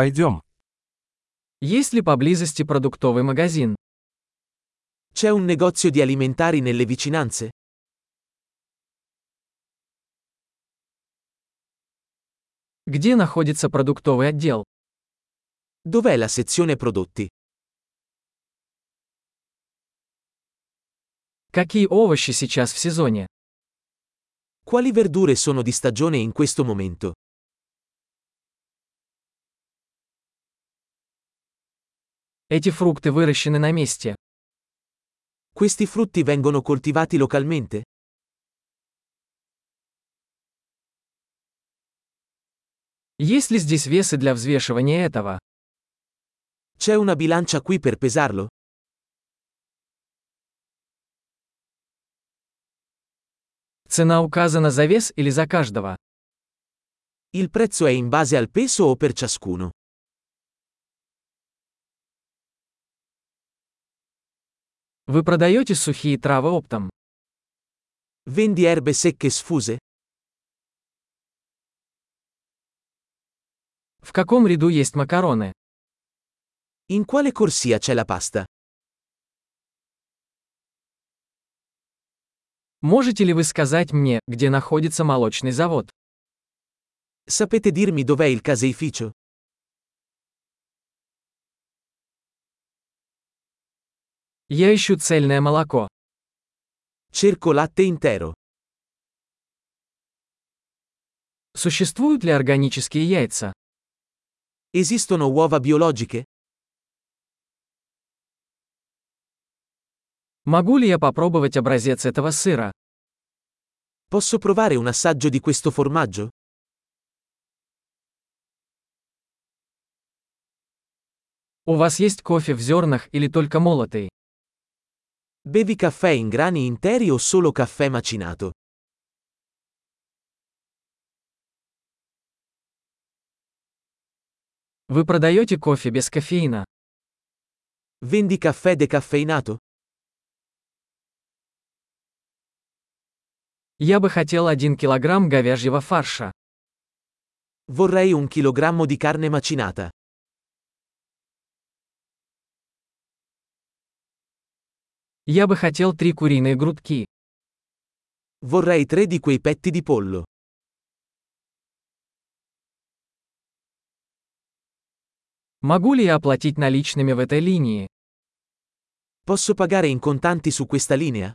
Пойдем. Есть ли поблизости продуктовый магазин? C'è un negozio di alimentari nelle vicinanze? Где находится продуктовый отдел? Dov'è la sezione prodotti? Какие овощи сейчас в сезоне? Quali verdure sono di stagione in questo momento? Эти фрукты выращены на месте. Questi frutti vengono coltivati localmente? Есть ли здесь весы для взвешивания этого? C'è una bilancia qui per pesarlo? Цена указана за вес или за каждого? Il prezzo è in base al peso o per ciascuno? Вы продаете сухие травы оптом? Vendi erbe secche sfuse? В каком ряду есть макароны? In quale corsia c'è la pasta? Можете ли вы сказать мне, где находится молочный завод? Sapete dirmi dov'è il caseificio? Я ищу цельное молоко. Cerco latte intero. Существуют ли органические яйца? Esistono uova biologiche? Могу ли я попробовать образец этого сыра? Posso provare un assaggio di questo formaggio? У вас есть кофе в зернах или только молотый? Bevi caffè in grani interi o solo caffè macinato? Вы продаете кофе без кофеина? Vendi caffè decaffeinato? Я бы хотел 1 килограмм говяжьего фарша. Vorrei un chilogrammo di carne macinata. Я бы хотел 3 куриные грудки. Vorrei tre di quei petti di pollo. Могу ли я оплатить наличными в этой линии? Posso pagare in contanti su questa linea?